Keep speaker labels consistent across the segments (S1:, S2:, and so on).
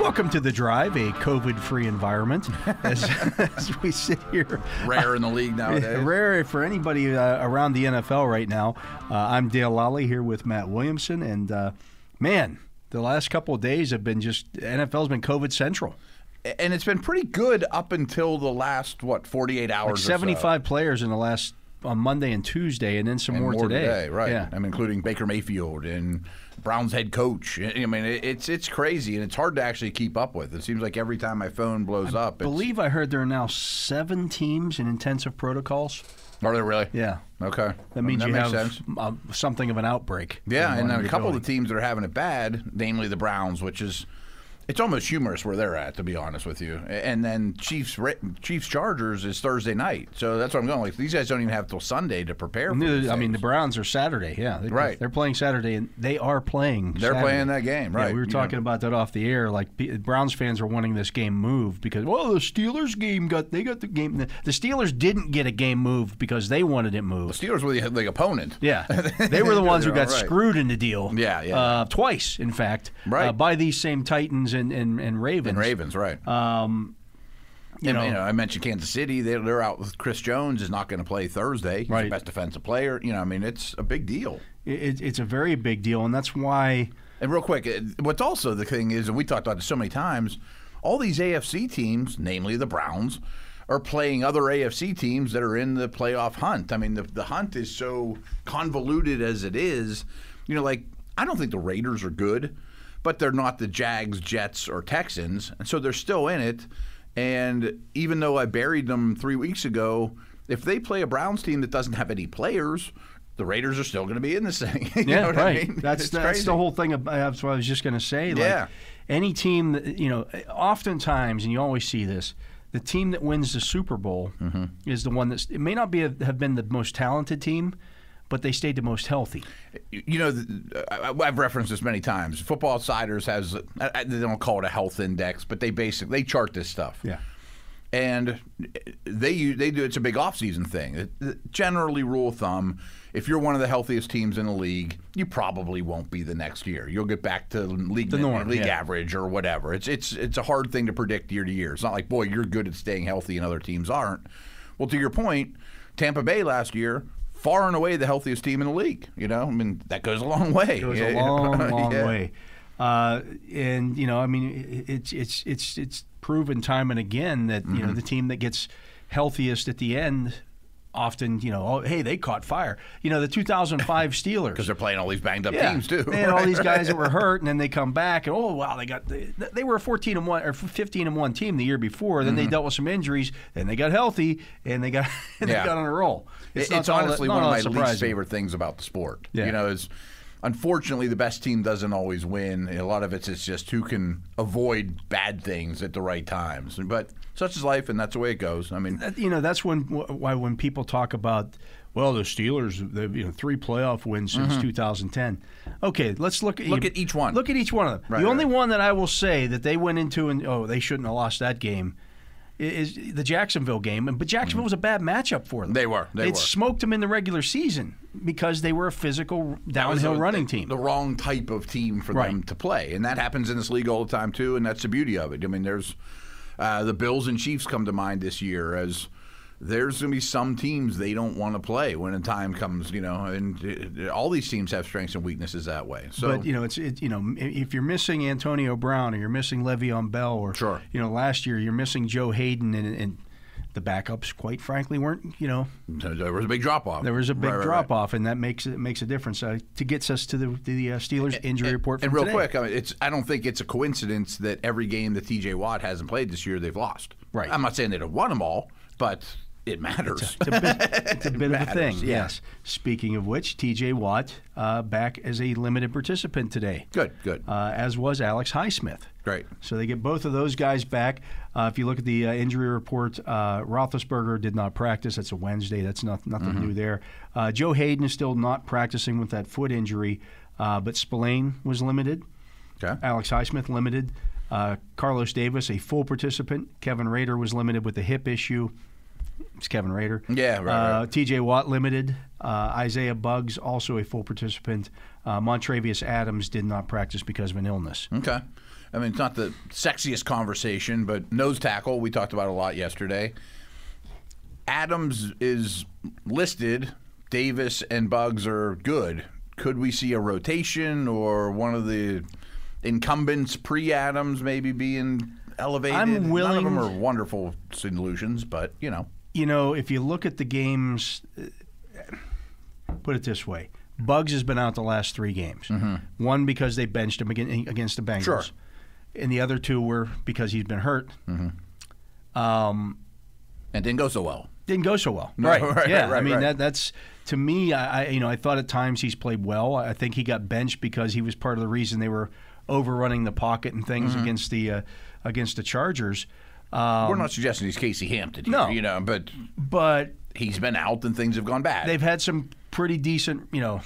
S1: Welcome to the drive, a COVID-free environment. As, as we sit here,
S2: Rare in the league nowadays.
S1: rare for anybody uh, around the NFL right now. Uh, I'm Dale Lally here with Matt Williamson, and uh, man, the last couple of days have been just NFL's been COVID central.
S2: And it's been pretty good up until the last, what, 48 hours or so.
S1: 75 players in the last on Monday and Tuesday, and then some
S2: And
S1: more, today.
S2: Right.
S1: Yeah.
S2: I'm including Baker Mayfield and Browns head coach. I I mean, it- it's it's crazy, and it's hard to actually keep up with. It seems like every time my phone blows up,
S1: I
S2: it's,
S1: believe I heard there are now seven teams in intensive protocols.
S2: are they really?
S1: Yeah.
S2: Okay.
S1: That means
S2: that
S1: you
S2: makes
S1: have
S2: sense.
S1: uh, something of an outbreak.
S2: Yeah,
S1: in
S2: and
S1: one
S2: then a
S1: your
S2: couple
S1: building.
S2: of the teams that are having it bad, namely the Browns, which is it's almost humorous where they're at, to be honest with you. A- And then Chiefs Ra- Chiefs Chargers is Thursday night, so that's what I'm going. Like these guys don't even have till Sunday to prepare. For
S1: Neither-
S2: these
S1: I mean, the
S2: things.
S1: Browns are Saturday. Yeah, they,
S2: Right.
S1: They're playing Saturday, and they are playing.
S2: They're
S1: Saturday.
S2: playing that game,
S1: Yeah,
S2: right.
S1: we were
S2: You
S1: talking
S2: know.
S1: about that off the air. Like pe- Browns fans are wanting this game moved because well, the Steelers game got they got the game. The Steelers didn't get a game moved because they wanted it moved.
S2: Steelers were the, the opponent.
S1: Yeah, they were the ones who
S2: They're
S1: got
S2: all right.
S1: screwed in the deal.
S2: Yeah, yeah.
S1: Uh, twice, in fact,
S2: Right.
S1: uh, by these same Titans and and, and Ravens.
S2: And Ravens, right?
S1: Um, you
S2: And,
S1: know,
S2: you know, I mentioned Kansas City. They, they're out with Chris Jones is not going to play Thursday. He's
S1: Right.
S2: the best defensive player. You know, I mean, it's a big deal.
S1: it, it's a very big deal, and that's why.
S2: And real quick, uh, what's also the thing is, and we talked about it so many times, all these AFC teams, namely the Browns, are playing other AFC teams that are in the playoff hunt. I mean, the, the hunt is so convoluted as it is. You know, like, I don't think the Raiders are good, but they're not the Jags, Jets, or Texans. And so they're still in it. And even though I buried them three weeks ago, if they play a Browns team that doesn't have any players, the Raiders are still going to be in this thing. You
S1: yeah,
S2: know what I
S1: right.
S2: mean?
S1: That's
S2: It's
S1: that's
S2: crazy.
S1: the whole thing. About, that's what I was just going to say.
S2: Yeah.
S1: Like, any team, that, you know, oftentimes, and you always see this, the team that wins the Super Bowl
S2: Mm-hmm.
S1: is the one that's. It may not be have been the most talented team, but they stayed the most healthy.
S2: you know, th- I- I- I've referenced this many times. Football Outsiders has I- I- they don't call it a health index, but they basically they chart this stuff. and they u- they do it's a big offseason thing. It- it- Generally, rule of thumb: if you're one of the healthiest teams in the league, you probably won't be the next year. You'll get back to league
S1: The norm,
S2: league
S1: yeah.
S2: average or whatever. It's it's it's a hard thing to predict year to year. It's not like boy, you're good at staying healthy and other teams aren't. Well, to your point, Tampa Bay last year. Far and away the healthiest team in the league. You know, I mean that goes a long way.
S1: It was a
S2: Yeah, yeah.
S1: long, long
S2: Yeah.
S1: way. Uh, and you know, I mean, i- it's it's it's it's proven time and again that you know
S2: Mm-hmm.
S1: the team that gets healthiest at the end. Often, you know, oh, hey, they caught fire. You know, the 2005 Steelers.
S2: because they're playing all these banged up teams too.
S1: They had all these guys that were hurt, and then they come back, and oh wow, they got they, they were a fourteen and one or fifteen and one team the year before. Then
S2: Mm-hmm.
S1: they dealt with some injuries, then they got healthy, and they got and
S2: Yeah.
S1: they got on a roll.
S2: It's,
S1: not
S2: it's
S1: all that-
S2: honestly
S1: not
S2: one of
S1: all
S2: my
S1: that
S2: least
S1: surprising.
S2: favorite things about the sport.
S1: Yeah.
S2: You know, is unfortunately the best team doesn't always win. A lot of it's it's just who can avoid bad things at the right times. But such is life, and that's the way it goes. I mean,
S1: That- You know, that's when wh- why when people talk about well, the Steelers, they've you know three playoff wins since 2010. Okay, let's look at
S2: Mm-hmm. Look
S1: you-
S2: at each one.
S1: Look at each one of them.
S2: Right,
S1: the only
S2: right.
S1: one that I will say that they went into and oh, they shouldn't have lost that game. i- Is the Jacksonville game, and but Jacksonville was a bad matchup for them.
S2: Mm. They were, they
S1: it
S2: were.
S1: smoked them in the regular season because they were a physical downhill
S2: the-
S1: running
S2: the-
S1: team.
S2: The wrong type of team for them
S1: Right.
S2: to play, and that happens in this league all the time too. And that's the beauty of it. I mean, there's uh, the Bills and Chiefs come to mind this year as there's going to be some teams they don't want to play when the time comes. You know, and uh, all these teams have strengths and weaknesses that way. So
S1: But you know, it's it, you know, m- if you're missing Antonio Brown or you're missing Le'Veon Bell or
S2: Sure.
S1: you know, last year you're missing Joe Hayden and, and the backups, quite frankly, weren't you know
S2: So there was a big drop off.
S1: there was a big drop off, and that makes it makes a difference uh, to gets us to the to the uh, Steelers injury report. From
S2: And real
S1: today.
S2: quick, I mean, it's I don't think it's a coincidence that every game that T.J. Watt hasn't played this year, they've lost.
S1: Right.
S2: I'm not saying they don't won them all, but it matters.
S1: It's a bit, it's a bit of a
S2: matters,
S1: thing.
S2: yeah.
S1: Yes. Speaking of which, T.J. Watt uh, back as a limited participant today.
S2: Good, good.
S1: Uh, as was Alex Highsmith.
S2: Great.
S1: So they get both of those guys back. Uh, if you look at the uh, injury report, uh, Roethlisberger did not practice. That's a Wednesday. That's not, nothing new there. Uh, Joe Hayden is still not practicing with that foot injury, uh, but Spillane was limited.
S2: Okay.
S1: Alex Highsmith limited. Uh, Carlos Davis, a full participant. Kevin Rader was limited with a hip issue. It's Kevin Rader.
S2: Yeah, right,
S1: Uh,
S2: right.
S1: TJ Watt limited. Uh, Isaiah Bugs also a full participant. Uh, Montravius Adams did not practice because of an illness.
S2: Okay. I mean, it's not the sexiest conversation, but nose tackle, we talked about a lot yesterday. Adams is listed. Davis and Bugs are good. Could we see a rotation or one of the incumbents pre Adams maybe being elevated?
S1: I'm
S2: None of them
S1: willing-
S2: are wonderful solutions, but, you know.
S1: You know, if you look at the games, uh, put it this way: Bugs has been out the last three games. One because they benched him against, against the Bengals,
S2: Mm-hmm. Sure.
S1: and the other two were because he's been hurt.
S2: And didn't go so well.
S1: didn't go so well.
S2: Right, right,
S1: yeah.
S2: right, right,
S1: I mean,
S2: right.
S1: That, that's to me. I, I you know I thought at times he's played well. I think he got benched because he was part of the reason they were overrunning the pocket and things
S2: Mm-hmm.
S1: against the uh, against the Chargers. Um,
S2: We're not suggesting he's Casey Hampton here,
S1: No.
S2: you know, but
S1: but
S2: he's been out and things have gone bad.
S1: they've had some pretty decent. You know,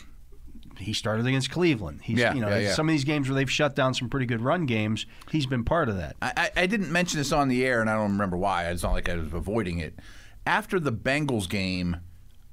S1: he started against Cleveland. He's
S2: Yeah,
S1: you know
S2: yeah, yeah.
S1: some of these games where they've shut down some pretty good run games. He's been part of that.
S2: I, I I didn't mention this on the air, and I don't remember why. It's not like I was avoiding it. After the Bengals game,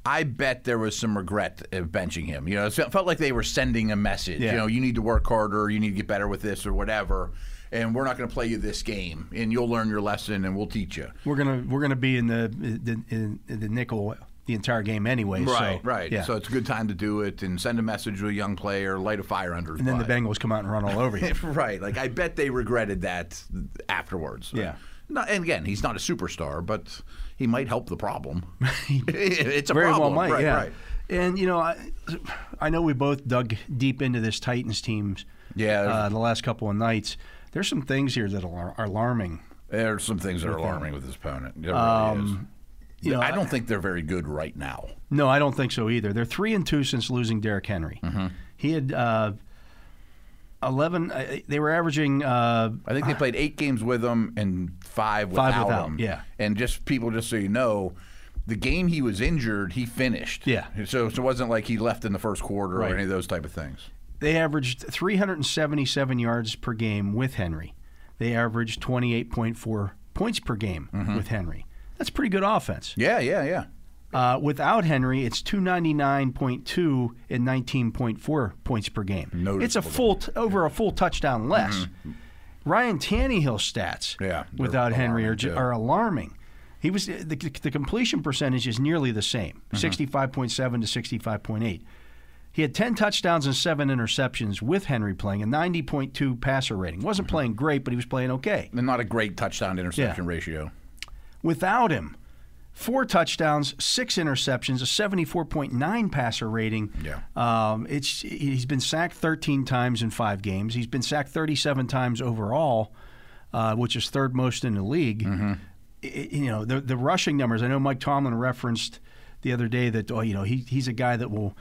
S2: I bet there was some regret of benching him. You know, it felt felt like they were sending a message.
S1: Yeah.
S2: You know, you need to work harder, you need to get better with this or whatever, and we're not going to play you this game, and you'll learn your lesson, and we'll teach you.
S1: We're gonna we're gonna be in the the, in, in the nickel the entire game anyway.
S2: Right,
S1: so,
S2: right.
S1: Yeah.
S2: So it's a good time to do it and send a message to a young player, light a fire under his
S1: and then the
S2: butt.
S1: Bengals come out and run all over you.
S2: right. Like I bet they regretted that afterwards.
S1: Yeah.
S2: No, and again, he's not a superstar, but he might help the problem. it's a
S1: very
S2: problem.
S1: well might.
S2: right,
S1: yeah.
S2: right.
S1: And you know, I, I know we both dug deep into this Titans teams.
S2: Yeah, there's-
S1: Uh, the last couple of nights, there's some things here that are, are alarming.
S2: There's some things that are alarming with this opponent. There really is.
S1: Um, you know,
S2: I don't think they're very good right now.
S1: No, I don't think so either. They're three and two since losing Derrick Henry. He had uh, eleven. Uh, they were averaging. Uh,
S2: I think they played eight games with him and five without,
S1: Five without,
S2: him.
S1: yeah.
S2: And just people, just so you know, the game he was injured, he finished.
S1: Yeah.
S2: So, so it wasn't like he left in the first quarter
S1: Right.
S2: or any of those type of things.
S1: they averaged 377 yards per game with Henry. They averaged 28.4 points per game with Henry. That's pretty good offense.
S2: Yeah, yeah, yeah.
S1: Uh, without Henry, it's 299.2 and 19.4 points per game. It's a
S2: Noticeable Mm-hmm.
S1: full t- over a full touchdown less. Ryan Tannehill's stats
S2: Yeah, they're
S1: without Henry are,
S2: alarming,
S1: ju-
S2: too.
S1: are alarming. He was the, the completion percentage is nearly the same,
S2: Mm-hmm.
S1: 65.7 to 65.8. He had 10 touchdowns and 7 interceptions with Henry playing a 90.2 passer rating. Wasn't
S2: Mm-hmm.
S1: playing great, but he was playing okay
S2: And not a great touchdown to interception ratio.
S1: without him. Four touchdowns, six interceptions, a 74.9 passer rating.
S2: Yeah.
S1: Um, it's he's been sacked 13 times in five games. He's been sacked 37 times overall, uh, which is third most in the league.
S2: Mm-hmm.
S1: I- I- you know the the rushing numbers. I know Mike Tomlin referenced the other day that oh you know he he's a guy that will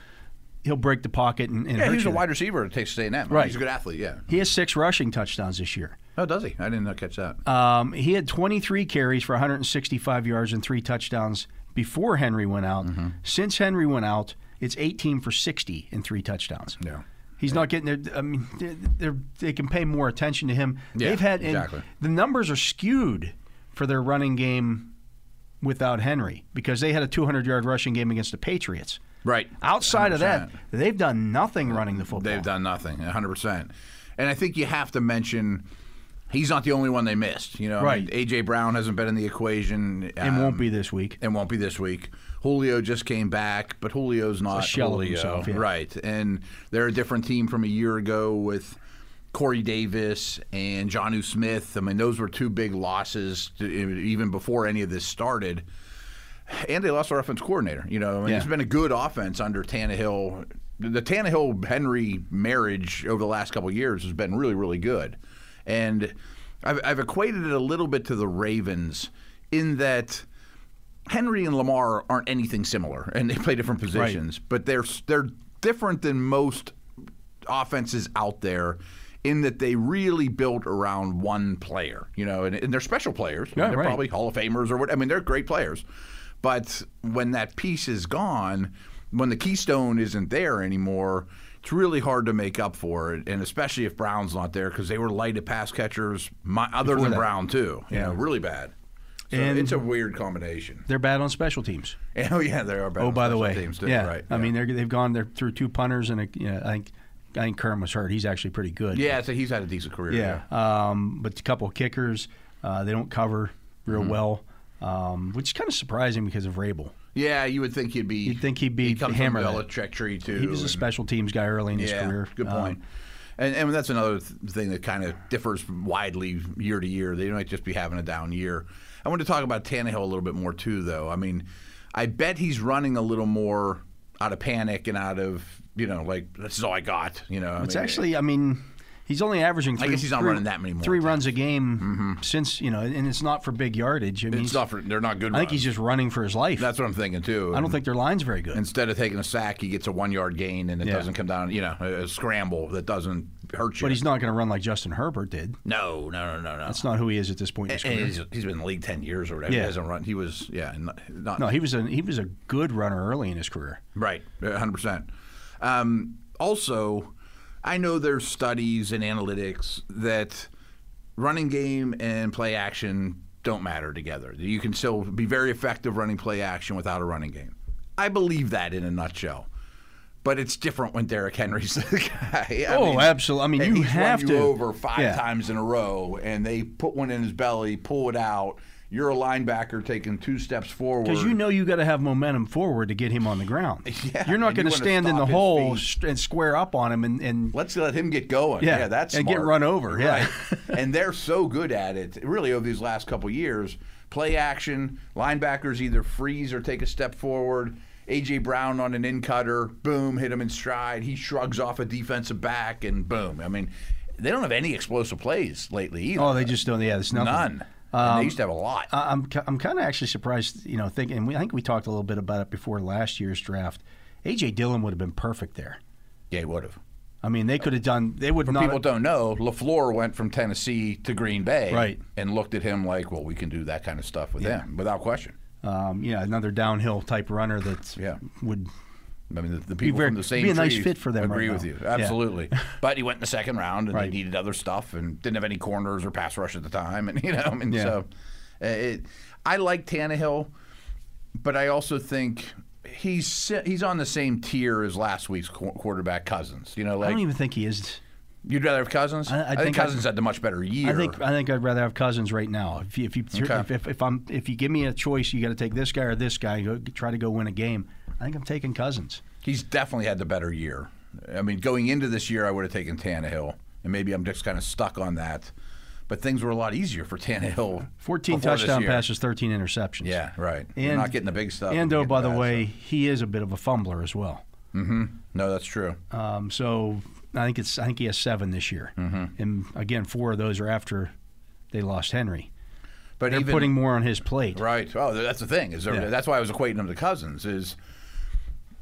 S1: he'll break the pocket and, and
S2: Yeah,
S1: hurt
S2: he's
S1: you.
S2: a wide receiver at Texas A&M. I mean,
S1: Right.
S2: He's a good athlete, yeah.
S1: He has six rushing touchdowns this year.
S2: Oh, does he? I didn't catch that.
S1: Um, he had 23 carries for 165 yards and three touchdowns before Henry went out.
S2: Mm-hmm.
S1: Since Henry went out, it's 18 for 60 and three touchdowns.
S2: Yeah.
S1: He's not getting there. I mean, they're, they're, they can pay more attention to him.
S2: Yeah,
S1: They've had and
S2: exactly.
S1: the numbers are skewed for their running game without Henry because they had a 200 yard rushing game against the Patriots.
S2: right.
S1: Outside of that,
S2: 100%.
S1: they've done nothing running the football.
S2: They've done nothing, 100%. And I think you have to mention he's not the only one they missed. You know, I mean,
S1: Right.
S2: A.J. Brown hasn't been in the equation.
S1: and
S2: um,
S1: won't be this week.
S2: and won't be this week. Julio just came back, but Julio's not
S1: shell of
S2: Julio,
S1: himself, yeah.
S2: right? And they're a different team from a year ago with Corey Davis and Johnu Smith. I mean, those were two big losses to, even before any of this started. And they lost their offense coordinator. You know, I mean,
S1: Yeah.
S2: it's been a good offense under Tannehill. The Tannehill Henry marriage over the last couple of years has been really, really good. And I've, I've equated it a little bit to the Ravens in that Henry and Lamar aren't anything similar, and they play different positions, but they're they're different than most offenses out there in that they really built around one player, you know, and, and they're special players.
S1: Yeah,
S2: they're
S1: right.
S2: probably Hall of Famers or what. I mean, they're great players, but when that piece is gone, when the keystone isn't there anymore. It's really hard to make up for it, and especially if Brown's not there because they were light at pass catchers, my, other than
S1: that.
S2: Brown too. You know, really bad. So
S1: And-
S2: it's a weird combination.
S1: They're bad on special teams.
S2: Oh yeah, they are. bad
S1: Oh,
S2: on
S1: by the
S2: special
S1: way,
S2: teams, too,
S1: yeah.
S2: right.
S1: I mean, they're, they've gone there through two punters and a, you know, I think I think Kern was hurt. He's actually pretty good.
S2: yeah. So he's had a decent career.
S1: yeah. Um, but a couple of kickers, uh, they don't cover real
S2: Mm-hmm.
S1: well, um, which is kind of surprising because of Rabel.
S2: yeah. You would think he'd be.
S1: You'd think he'd be
S2: He comes
S1: hammered.
S2: from Belichick tree too.
S1: He was a
S2: and-
S1: special teams guy early in his
S2: yeah,
S1: career.
S2: Good
S1: Um,
S2: point. and, and that's another th- thing that kind of differs widely year to year. They might just be having a down year. I want to talk about Tannehill a little bit more too, though. I mean, I bet he's running a little more out of panic and out of you know like this is all I got. You know, I
S1: It's
S2: mean,
S1: actually, I mean, he's only averaging. Three,
S2: guess he's not
S1: three-
S2: running that many more Mm-hmm.
S1: three runs a game since you know, and it's not for big yardage. I mean,
S2: it's
S1: he's-
S2: not for, they're not good.
S1: I think he's just running for his life.
S2: That's what I'm thinking too.
S1: I don't think their line's very good.
S2: instead of taking a sack, he gets a one yard gain and it
S1: Yeah.
S2: doesn't come down, you know, a a scramble that doesn't hurt you.
S1: but he's not going to run like Justin Herbert did.
S2: no, no, no, no, no.
S1: That's not who he is at this point in his
S2: And
S1: career.
S2: he's, he's been in the league 10 years or whatever.
S1: Yeah.
S2: He hasn't run. He was, yeah, not, not
S1: No, he was a he was a good runner early in his career.
S2: Right, 100%. Um, also, I know there's studies and analytics that running game and play action don't matter together. You can still be very effective running play action without a running game. I believe that in a nutshell. But it's different when Derrick Henry's the guy. I
S1: Oh, absolutely. I mean,
S2: and
S1: you
S2: he's
S1: have
S2: run
S1: to-
S2: you over five
S1: yeah.
S2: times in a row, and they put one in his belly, pull it out. You're a linebacker taking two steps forward.
S1: Because you know you got to have momentum forward to get him on the ground.
S2: Yeah,
S1: You're not
S2: and
S1: going
S2: you
S1: to
S2: wanna
S1: stand in
S2: stop
S1: the
S2: his
S1: hole
S2: feet.
S1: st- and square up on him and, and
S2: Let's let him get going.
S1: Yeah,
S2: Yeah, that's
S1: and get
S2: smart.
S1: run over, yeah.
S2: Right. and they're so good at it. Really, over these last couple years, play action linebackers either freeze or take a step forward. AJ Brown on an in cutter, boom, hit him in stride. He shrugs off a defensive back, and boom. I mean, they don't have any explosive plays lately either.
S1: oh, they just don't. Um, uh, Yeah, there's nothing.
S2: None. and they used to have a lot.
S1: I- I'm ki- I'm kind of actually surprised. You know, thinking and we, I think we talked a little bit about it before last year's draft. AJ Dillon would have been perfect there.
S2: yeah, would have.
S1: I mean, they could have done. They would not.
S2: People don't know. Lafleur went from Tennessee to Green Bay,
S1: Right.
S2: and looked at him like, "Well, we can do that kind of stuff with him without question."
S1: um, you know, another downhill type runner that
S2: Yeah.
S1: would.
S2: I mean, the, the people
S1: very-
S2: from the same
S1: be a nice
S2: tree
S1: fit for them
S2: Agree
S1: right
S2: with
S1: now.
S2: you,
S1: Yeah.
S2: absolutely. but he went in the second round, and
S1: Right.
S2: they needed other stuff, and didn't have any corners or pass rush at the time, and you know, and
S1: Yeah.
S2: so uh, it, I like Tannehill, but I also think he's si- he's on the same tier as last week's qu- quarterback Cousins. You know,
S1: I
S2: like
S1: don't even think he is.
S2: you'd rather have Cousins.
S1: I- I
S2: think,
S1: think I-
S2: Cousins had the much better year.
S1: I think I think I'd rather have Cousins right now. If you, if you
S2: Okay.
S1: if, if, if I'm if you give me a choice, you got to take this guy or this guy. Go try to go win a game. I think I'm taking Cousins.
S2: He's definitely had the better year. I mean, going into this year, I would have taken Tannehill, and maybe I'm just kind of stuck on that. But things were a lot easier for Tannehill.
S1: 14
S2: before this
S1: touchdown
S2: year.
S1: passes, 13 interceptions.
S2: Yeah, right. You're
S1: And-
S2: not getting the big stuff.
S1: And
S2: you're
S1: oh,
S2: getting
S1: by the
S2: bad
S1: way, he is a bit of a fumbler as well.
S2: stuff. no, that's true.
S1: Um, so I think it's I think he has seven this year,
S2: Mm-hmm.
S1: and again, four of those are after they lost Henry.
S2: But
S1: They're
S2: even,
S1: putting more on his plate.
S2: right. Oh, that's the thing. Is there,
S1: Yeah.
S2: that's why I was equating him to Cousins. Is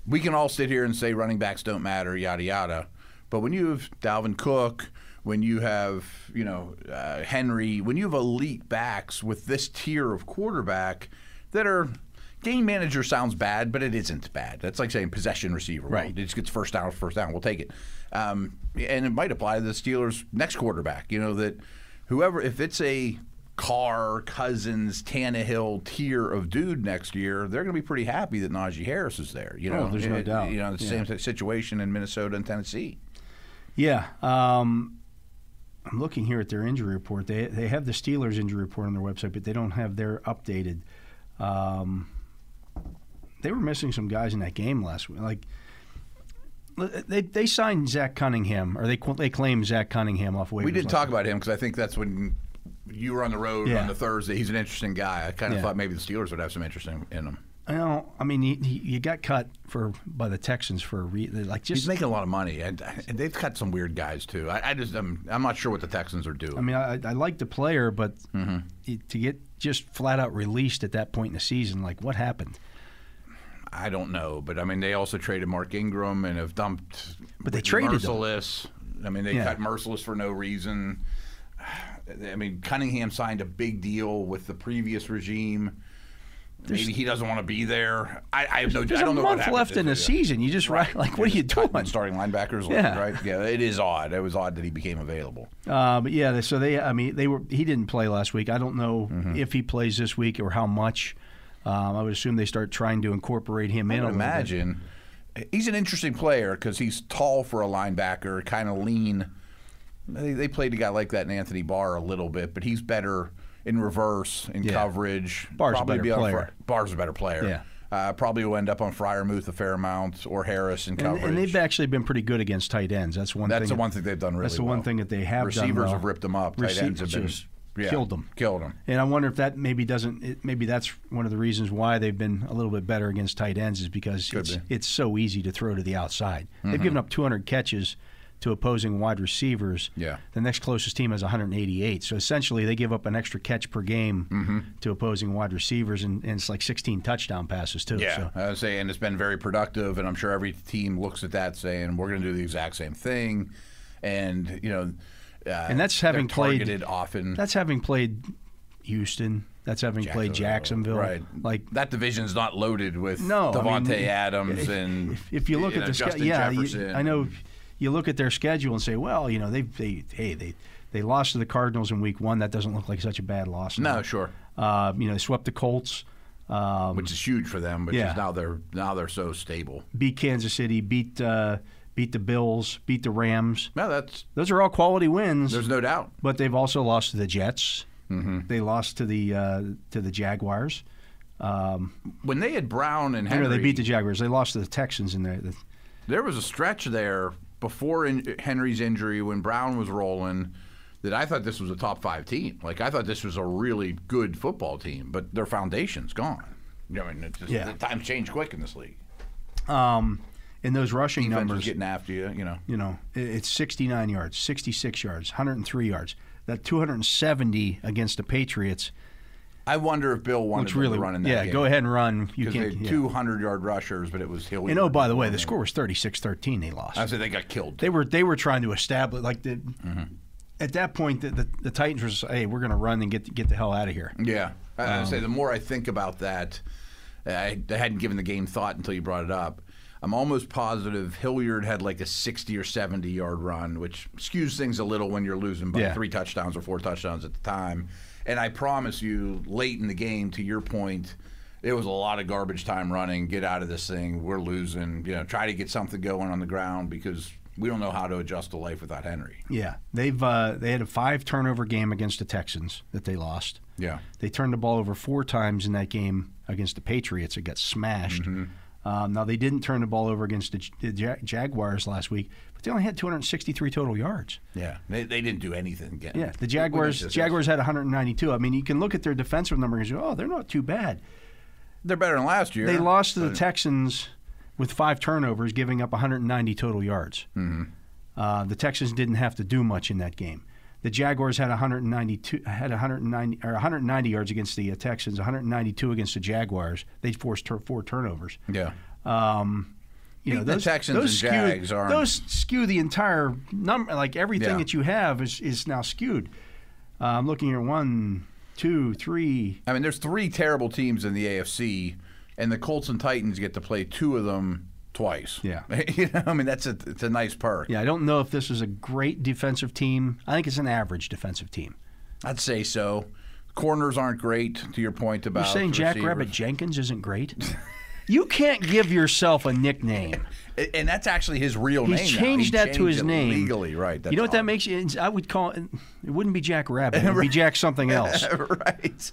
S2: we can all sit here and say running backs don't matter, yada yada. But when you have Dalvin Cook, when you have you know uh, Henry, when you have elite backs with this tier of quarterback that are game manager sounds bad, but it isn't bad. That's like saying possession receiver. Well,
S1: Right.
S2: it just gets first down, first down. We'll take it. Um, and it might apply to the Steelers' next quarterback. You know that whoever, if it's a Carr, Cousins, Tannehill tier of dude next year, they're going to be pretty happy that Najee Harris is there. You know,
S1: Oh, there's no
S2: It-
S1: doubt.
S2: You know, it's the same situation in Minnesota and Tennessee.
S1: Yeah. Um, I'm looking here at their injury report. They they have the Steelers injury report on their website, but they don't have their updated. Um, they were missing some guys in that game last week. Like they they signed Zach Cunningham, or they qu- they claim Zach Cunningham off waivers.
S2: We didn't
S1: last
S2: talk about him because I think that's when you were on the road
S1: Yeah.
S2: on the Thursday. He's an interesting guy. I kind of
S1: Yeah.
S2: thought maybe the Steelers would have some interest in, in him.
S1: Well, I I mean, he, he, he got cut for by the Texans for a re, like
S2: He's
S1: just.
S2: making a lot of money, and, and they've cut some weird guys too. I, I just I'm, I'm not sure what the Texans are doing.
S1: I mean, I, I like the player, but
S2: Mm-hmm.
S1: it- to get just flat out released at that point in the season, like what happened?
S2: I don't know, but I mean they also traded Mark Ingram and have dumped.
S1: But they
S2: Whit
S1: traded him.
S2: merciless. I mean they
S1: Yeah.
S2: cut merciless for no reason. I mean Cunningham signed a big deal with the previous regime. Maybe he doesn't want to be there. I, I have no.
S1: There's
S2: I
S1: a
S2: don't know what
S1: month
S2: happened
S1: left
S2: this
S1: in the
S2: year.
S1: season. You just right. like, what are you doing?
S2: Cutting Starting linebackers,
S1: Yeah.
S2: right? Yeah, it is odd. It was odd that he became available.
S1: Uh, but yeah, they- so they, I mean, they were. He didn't play last week. I don't know
S2: Mm-hmm.
S1: if he plays this week or how much. Um, I would assume they start trying to incorporate him
S2: I
S1: in. a
S2: would
S1: little bit.
S2: imagine he's an interesting player because he's tall for a linebacker, kind of lean. They, they played a guy like that in Anthony Barr a little bit, but he's better in reverse in
S1: Yeah.
S2: coverage.
S1: Barr's a
S2: probably
S1: better
S2: be on Fri-
S1: player.
S2: Barr's a better player.
S1: Yeah.
S2: Uh, probably will end up on Fryermuth a fair amount or Harris in
S1: And,
S2: coverage.
S1: and they've actually been pretty good against tight ends. That's one.
S2: That's
S1: thing
S2: the
S1: that-
S2: one thing they've done really
S1: That's the one
S2: well.
S1: thing that they have. done
S2: Receivers
S1: well.
S2: have ripped them up. Tight ends have
S1: Receivers
S2: been-
S1: just
S2: yeah,
S1: killed them.
S2: killed them.
S1: And I wonder if that maybe doesn't. It, maybe that's one of the reasons why they've been a little bit better against tight ends is because it's it's so easy to throw to the outside. They've
S2: Mm-hmm.
S1: given up 200 catches to opposing wide receivers.
S2: Yeah.
S1: The next closest team has 188. So essentially, they give up an extra catch per game
S2: Mm-hmm.
S1: to opposing wide receivers, and, and it's like 16 touchdown passes too.
S2: Yeah,
S1: So.
S2: I would say, and it's been very productive, and I'm sure every team looks at that saying we're going to do the exact same thing, and you know, uh, and
S1: that's having played-
S2: targeted often.
S1: That's having played Houston. That's having played Jacksonville.
S2: right?
S1: Like
S2: that division's not loaded with
S1: No, I mean,
S2: Devontae
S1: if-
S2: Adams and
S1: if, if you look at
S2: know,
S1: the schedule,
S2: Justin
S1: yeah, you-
S2: Jefferson
S1: I know. You look at their schedule and say, well, you know, they they hey they they lost to the Cardinals in Week One. That doesn't look like such a bad loss.
S2: No, sure.
S1: Uh, you know, they swept the Colts, um,
S2: which is huge for them, which
S1: Yeah.
S2: is now they're now they're so stable.
S1: beat Kansas City, beat uh, beat the Bills, beat the Rams.
S2: No, that's
S1: Those are all quality wins.
S2: there's no doubt.
S1: but they've also lost to the Jets.
S2: Mm-hmm.
S1: They lost to the uh, to the Jaguars.
S2: When they had Brown and
S1: I
S2: Henry,
S1: know they beat the Jaguars. They lost to the Texans in there. The,
S2: There was a stretch there before in, Henry's injury when Brown was rolling that I thought this was a top five team. Like I thought this was a really good football team, but their foundation's gone. You know, I mean, it's just,
S1: Yeah.
S2: the times change quick in this league.
S1: and those rushing
S2: Defense
S1: numbers.
S2: is getting after you. You know,
S1: you know, it- it's 69 yards, 66 yards, 103 yards. That 270 against the Patriots,
S2: I wonder if Bill wanted
S1: which
S2: them
S1: really,
S2: to run in that
S1: yeah,
S2: game.
S1: go ahead and run. You
S2: Because they
S1: can't.
S2: had
S1: yeah.
S2: two hundred yard rushers, but it was Hilliard.
S1: And oh, by the way, the score was 36-13. They lost.
S2: I said they got killed.
S1: They were they were trying to establish like the.
S2: Mm-hmm.
S1: At that point, the, the, the Titans were just, hey, we're going to run and get get the hell out of here.
S2: Yeah, I, I
S1: Um,
S2: say the more I think about that, I, I hadn't given the game thought until you brought it up. I'm almost positive Hilliard had like a 60 or 70 yard run, which skews things a little when you're losing by
S1: Yeah.
S2: three touchdowns or four touchdowns at the time. And I promise you, late in the game, to your point, it was a lot of garbage time running. Get out of this thing. We're losing. You know, try to get something going on the ground because we don't know how to adjust to life without Henry.
S1: Yeah, they've uh, they had a five turnover game against the Texans that they lost.
S2: Yeah.
S1: They turned the ball over four times in that game against the Patriots. It got smashed. Um, now they didn't turn the ball over against the, J- the Ja- Jaguars last week, but they only had 263 total yards.
S2: Yeah, they, they didn't do anything. Again.
S1: Yeah, the Jaguars Jaguars had 192. I mean, you can look at their defensive numbers and go, oh, they're not too bad.
S2: they're better than last year.
S1: They lost to the Texans with five turnovers, giving up 190 total yards.
S2: Mm-hmm.
S1: Uh, the Texans didn't have to do much in that game. The Jaguars had 192 had 190 or 190 yards against the uh, Texans, 192 against the Jaguars. They forced tur four turnovers. Um,
S2: Yeah.
S1: You know,
S2: Beating the Texans and
S1: skew,
S2: Jags aren't-
S1: those skew the entire number. Like everything
S2: Yeah.
S1: that you have is is now skewed. Uh, I'm looking here. One, two, three.
S2: I mean, there's three terrible teams in the AFC, and the Colts and Titans get to play two of them twice.
S1: Yeah.
S2: you know, I mean, that's a it's a nice perk.
S1: Yeah, I don't know if this is a great defensive team. I think it's an average defensive team.
S2: I'd say so. Corners aren't great. To your point about
S1: You're saying
S2: the
S1: Jack
S2: receivers.
S1: Rabbit Jenkins isn't great? you can't give yourself a nickname.
S2: A- and that's actually his real
S1: He's
S2: name. now.
S1: changed
S2: He
S1: that to his
S2: it
S1: name
S2: legally, right?
S1: you know what that
S2: all.
S1: makes you? I would call it. It wouldn't be Jack Rabbit. It would be Jack something else.
S2: right?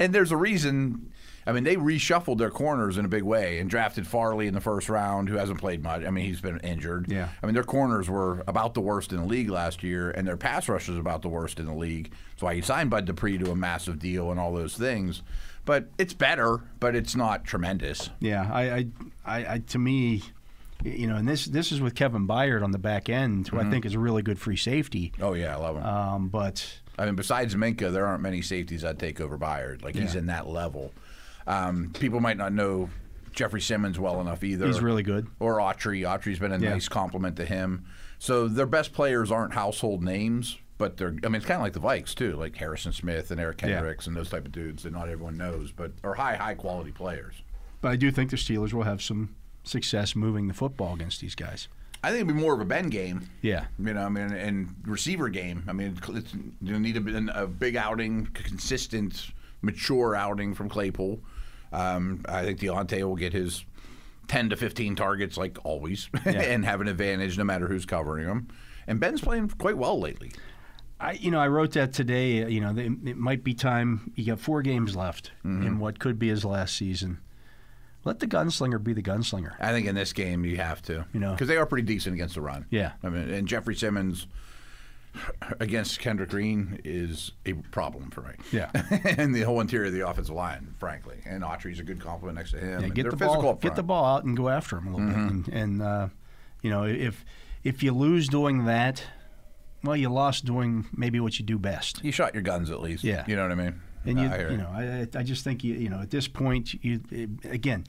S2: And there's a reason. I mean, they reshuffled their corners in a big way and drafted Farley in the first round, who hasn't played much. I mean, he's been injured.
S1: Yeah.
S2: I mean, their corners were about the worst in the league last year, and their pass rush was about the worst in the league. That's why he signed Bud Dupree to a massive deal and all those things. But it's better, but it's not tremendous.
S1: Yeah, I, I, I, I to me, y- you know, and this this is with Kevin Byard on the back end,
S2: Mm-hmm.
S1: who I think is a really good free safety.
S2: Oh yeah, I love him.
S1: Um, but
S2: I mean, besides Minka, there aren't many safeties I'd take over Byard. Like he's in that level. Um, people might not know Jeffrey Simmons well enough either.
S1: He's really good.
S2: Or Autry. Autry's been a
S1: Yeah.
S2: nice compliment to him. So their best players aren't household names, but they're. I mean, it's kind of like the Vikes too, like Harrison Smith and Eric
S1: Yeah.
S2: Kendricks and those type of dudes that not everyone knows, but are high, high quality players.
S1: but I do think the Steelers will have some success moving the football against these guys.
S2: I think it'd be more of a bend game.
S1: Yeah.
S2: You know, I mean, and receiver game. I mean, it's, you need a, a big outing, consistent, mature outing from Claypool. Um, I think Deontay will get his 10 to 15 targets, like always, and have an advantage no matter who's covering him. And Ben's playing quite well lately.
S1: I, you know, I wrote that today. uh, You know, it, it might be time. You got four games left
S2: Mm-hmm.
S1: in what could be his last season. Let the gunslinger be the gunslinger.
S2: I think in this game you have to,
S1: You know.
S2: because they are pretty decent against the run.
S1: Yeah.
S2: I mean, and Jeffrey Simmons against Kendrick Green is a problem for me.
S1: Yeah.
S2: and the whole interior of the offensive line, frankly. And Autry's a good compliment next to him.
S1: Yeah,
S2: And
S1: get
S2: they're
S1: the
S2: physical
S1: ball,
S2: up
S1: get the
S2: front. Mm-hmm.
S1: ball out and go after him a little bit. And, and uh, you know, if if you lose doing that, well, you lost doing maybe what you do best.
S2: You shot your guns at least.
S1: Yeah.
S2: you know what I mean.
S1: And you,
S2: I hear
S1: you
S2: it.
S1: know, I, I I just think you, you know, at this point, you again,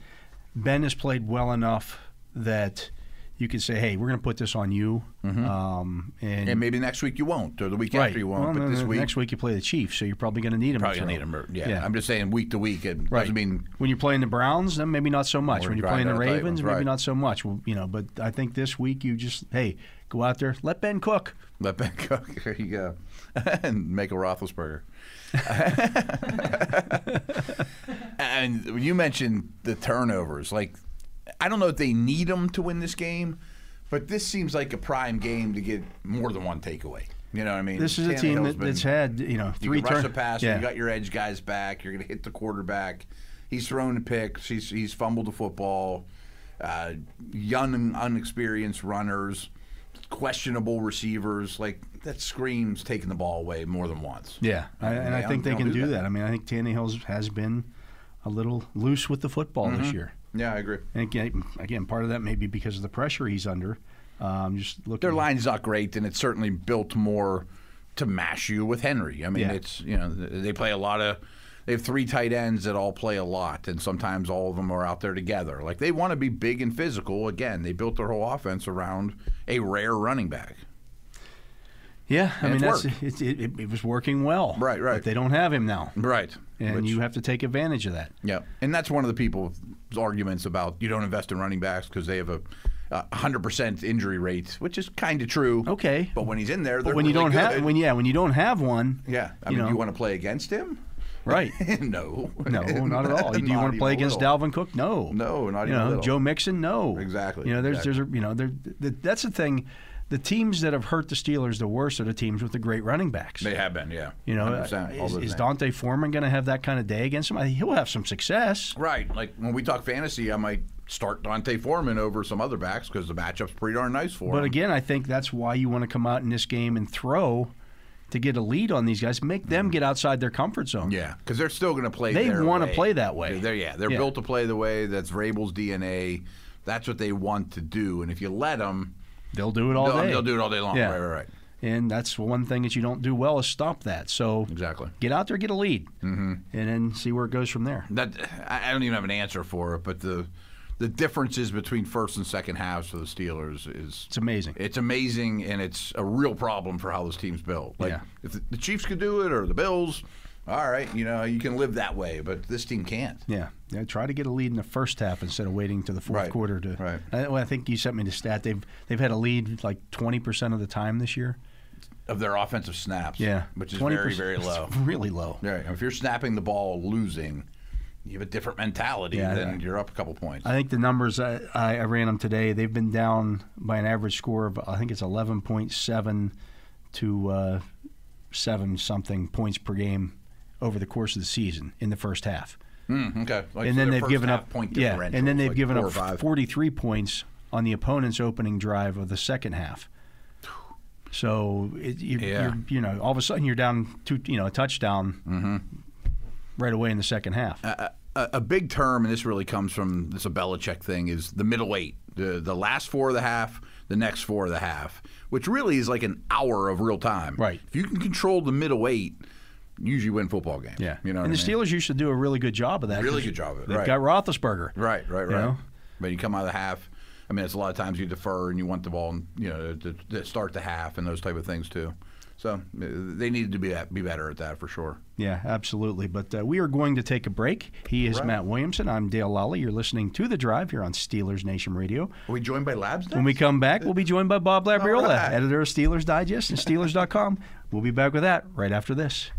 S1: Ben has played well enough that you can say, hey, we're going to put this on you. Um, and,
S2: Mm-hmm. and maybe next week you won't, or the week
S1: right,
S2: after you won't.
S1: Well,
S2: but
S1: no,
S2: this
S1: no,
S2: week,
S1: next week you play the Chiefs, so you're probably going to need him.
S2: probably
S1: to
S2: gonna
S1: throw.
S2: need him. or- Yeah, I'm just saying week to week. It
S1: Right.
S2: doesn't mean
S1: when you're playing the Browns, then maybe not so much.
S2: Or
S1: when you're playing
S2: grind
S1: the
S2: out a tight
S1: Ravens,
S2: one,
S1: maybe
S2: right.
S1: not so much. Well, you know, but I think this week you just hey go out there, let Ben cook.
S2: let Ben cook. There you go, and make a Roethlisberger. and when you mentioned the turnovers, like I don't know if they need them to win this game, but this seems like a prime game to get more than one takeaway. You know what I mean?
S1: This is a
S2: Tannehill's
S1: team that,
S2: been-
S1: that's had you know
S2: you
S1: three
S2: can rush
S1: turn-
S2: a pass.
S1: Yeah.
S2: You got your edge guys back. You're going to hit the quarterback. He's thrown a pick. He's he's fumbled the football. Uh, young, unexperienced runners, questionable receivers. Like that screams taking the ball away more than once.
S1: yeah, I, and
S2: They
S1: I think they
S2: don't-
S1: can
S2: don't
S1: do that. I mean, I think Tannehill's has been a little loose with the football
S2: Mm-hmm.
S1: this year.
S2: Yeah, I agree.
S1: And again, again, part of that may be because of the pressure he's under. Um, just look.
S2: Their line's not great, and it's certainly built more to mash you with Henry. I mean,
S1: Yeah.
S2: it's you know th- they play a lot of. They have three tight ends that all play a lot, and sometimes all of them are out there together. Like they want to be big and physical. Again, they built their whole offense around a rare running back.
S1: Yeah, I
S2: And
S1: mean
S2: it
S1: that's
S2: worked.
S1: it, it, it, it was working well.
S2: Right, right.
S1: But they don't have him now,
S2: Right.
S1: and
S2: Which-
S1: you have to take advantage of that.
S2: Yeah, and that's one of the people's arguments about you don't invest in running backs because they have a hundred percent injury rate, which is kind of true.
S1: Okay.
S2: But when he's in there,
S1: But
S2: they're
S1: when you
S2: really
S1: don't have
S2: good.
S1: when yeah when you don't have one
S2: yeah, I
S1: you
S2: mean,
S1: know.
S2: you want to play against him?
S1: right
S2: no.
S1: No, not at all. Do you
S2: Not
S1: want to play
S2: even a
S1: against
S2: little.
S1: Dalvin Cook? No.
S2: No, not
S1: you
S2: even a
S1: know,
S2: little.
S1: Joe Mixon? No.
S2: Exactly,
S1: You know, there's there's a, you know there th- that's the thing. The teams that have hurt the Steelers the worst are the teams with the great running backs.
S2: They have been, yeah.
S1: you know,
S2: 100%, all
S1: is,
S2: those
S1: is
S2: names.
S1: Dante Foreman going to have that kind of day against him? I, he'll have some success.
S2: right? Like when we talk fantasy, I might start Dante Foreman over some other backs because the matchup's pretty darn nice for
S1: But
S2: him.
S1: again, I think that's why you want to come out in this game and throw to get a lead on these guys. Make them get outside their comfort zone.
S2: Mm-hmm. Yeah, because they're still going to play.
S1: They
S2: their
S1: wanna
S2: way.
S1: play that way.
S2: They're, yeah, they're
S1: Yeah.
S2: built to play the way. That's Rabel's DNA. That's what they want to do. And if you let them,
S1: They'll do it all
S2: they'll,
S1: day.
S2: they'll do it all day long.
S1: Yeah.
S2: Right, right, right.
S1: And that's one thing that you don't do well is stop that. So
S2: Exactly.
S1: get out there, get a lead, mm-hmm. and then see where it goes from there.
S2: That I I don't even have an answer for it, but the the differences between first and second halves for the Steelers is
S1: It's amazing.
S2: It's amazing, and it's a real problem for how this team's built. Like,
S1: Yeah.
S2: if the- the Chiefs could do it or the Bills, all right, you know, you can live that way, but this team can't.
S1: yeah. yeah, try to get a lead in the first half instead of waiting to the fourth
S2: Right,
S1: quarter to.
S2: right.
S1: I, well, I think you sent me the stat. They've they've had a lead like twenty percent of the time this year.
S2: Of their offensive snaps,
S1: Yeah,
S2: which is
S1: 20%.
S2: very, very low.
S1: It's really low.
S2: Yeah, if you're snapping the ball losing, you have a different mentality
S1: Yeah, I-
S2: than you're up a couple points.
S1: I think the numbers I, I I ran them today. They've been down by an average score of I think it's eleven point seven to uh, seven something points per game over the course of the season in the first half.
S2: Mm, okay. Like, so
S1: and then
S2: their
S1: they've
S2: first
S1: given
S2: half
S1: up
S2: point
S1: yeah,
S2: differential
S1: and then
S2: was
S1: they've
S2: like
S1: given
S2: four
S1: up
S2: or five.
S1: 43 points on the opponent's opening drive of the second half. So it, you,
S2: Yeah.
S1: you're, you know, all of a sudden you're down two, you know, a touchdown
S2: Mm-hmm.
S1: right away in the second half.
S2: a, a big term, and this really comes from this a Belichick thing, is the middle eight, the the last four of the half, the next four of the half, which really is like an hour of real time.
S1: Right.
S2: If you can control the middle eight, you usually win football games.
S1: yeah,
S2: You know.
S1: and
S2: what
S1: the
S2: I mean?
S1: Steelers used to do a really good job of that.
S2: Really
S1: 'cause
S2: good job of it,
S1: They've
S2: right.
S1: got Roethlisberger.
S2: Right. Right. Right.
S1: You know?
S2: But you come out of the half. I mean, it's a lot of times you defer and you want the ball, and you know, to, to start the half and those type of things too. So uh, they needed to be be better at that for sure.
S1: Yeah, absolutely. But uh, we are going to take a break. He is Matt Williamson. I'm Dale Lally. You're listening to The Drive here on Steelers Nation Radio.
S2: Are we joined by Labs?
S1: When we come back, we'll be joined by Bob Labriola,
S2: All right.
S1: editor of Steelers Digest and Steelers.com. We'll be back with that right after this.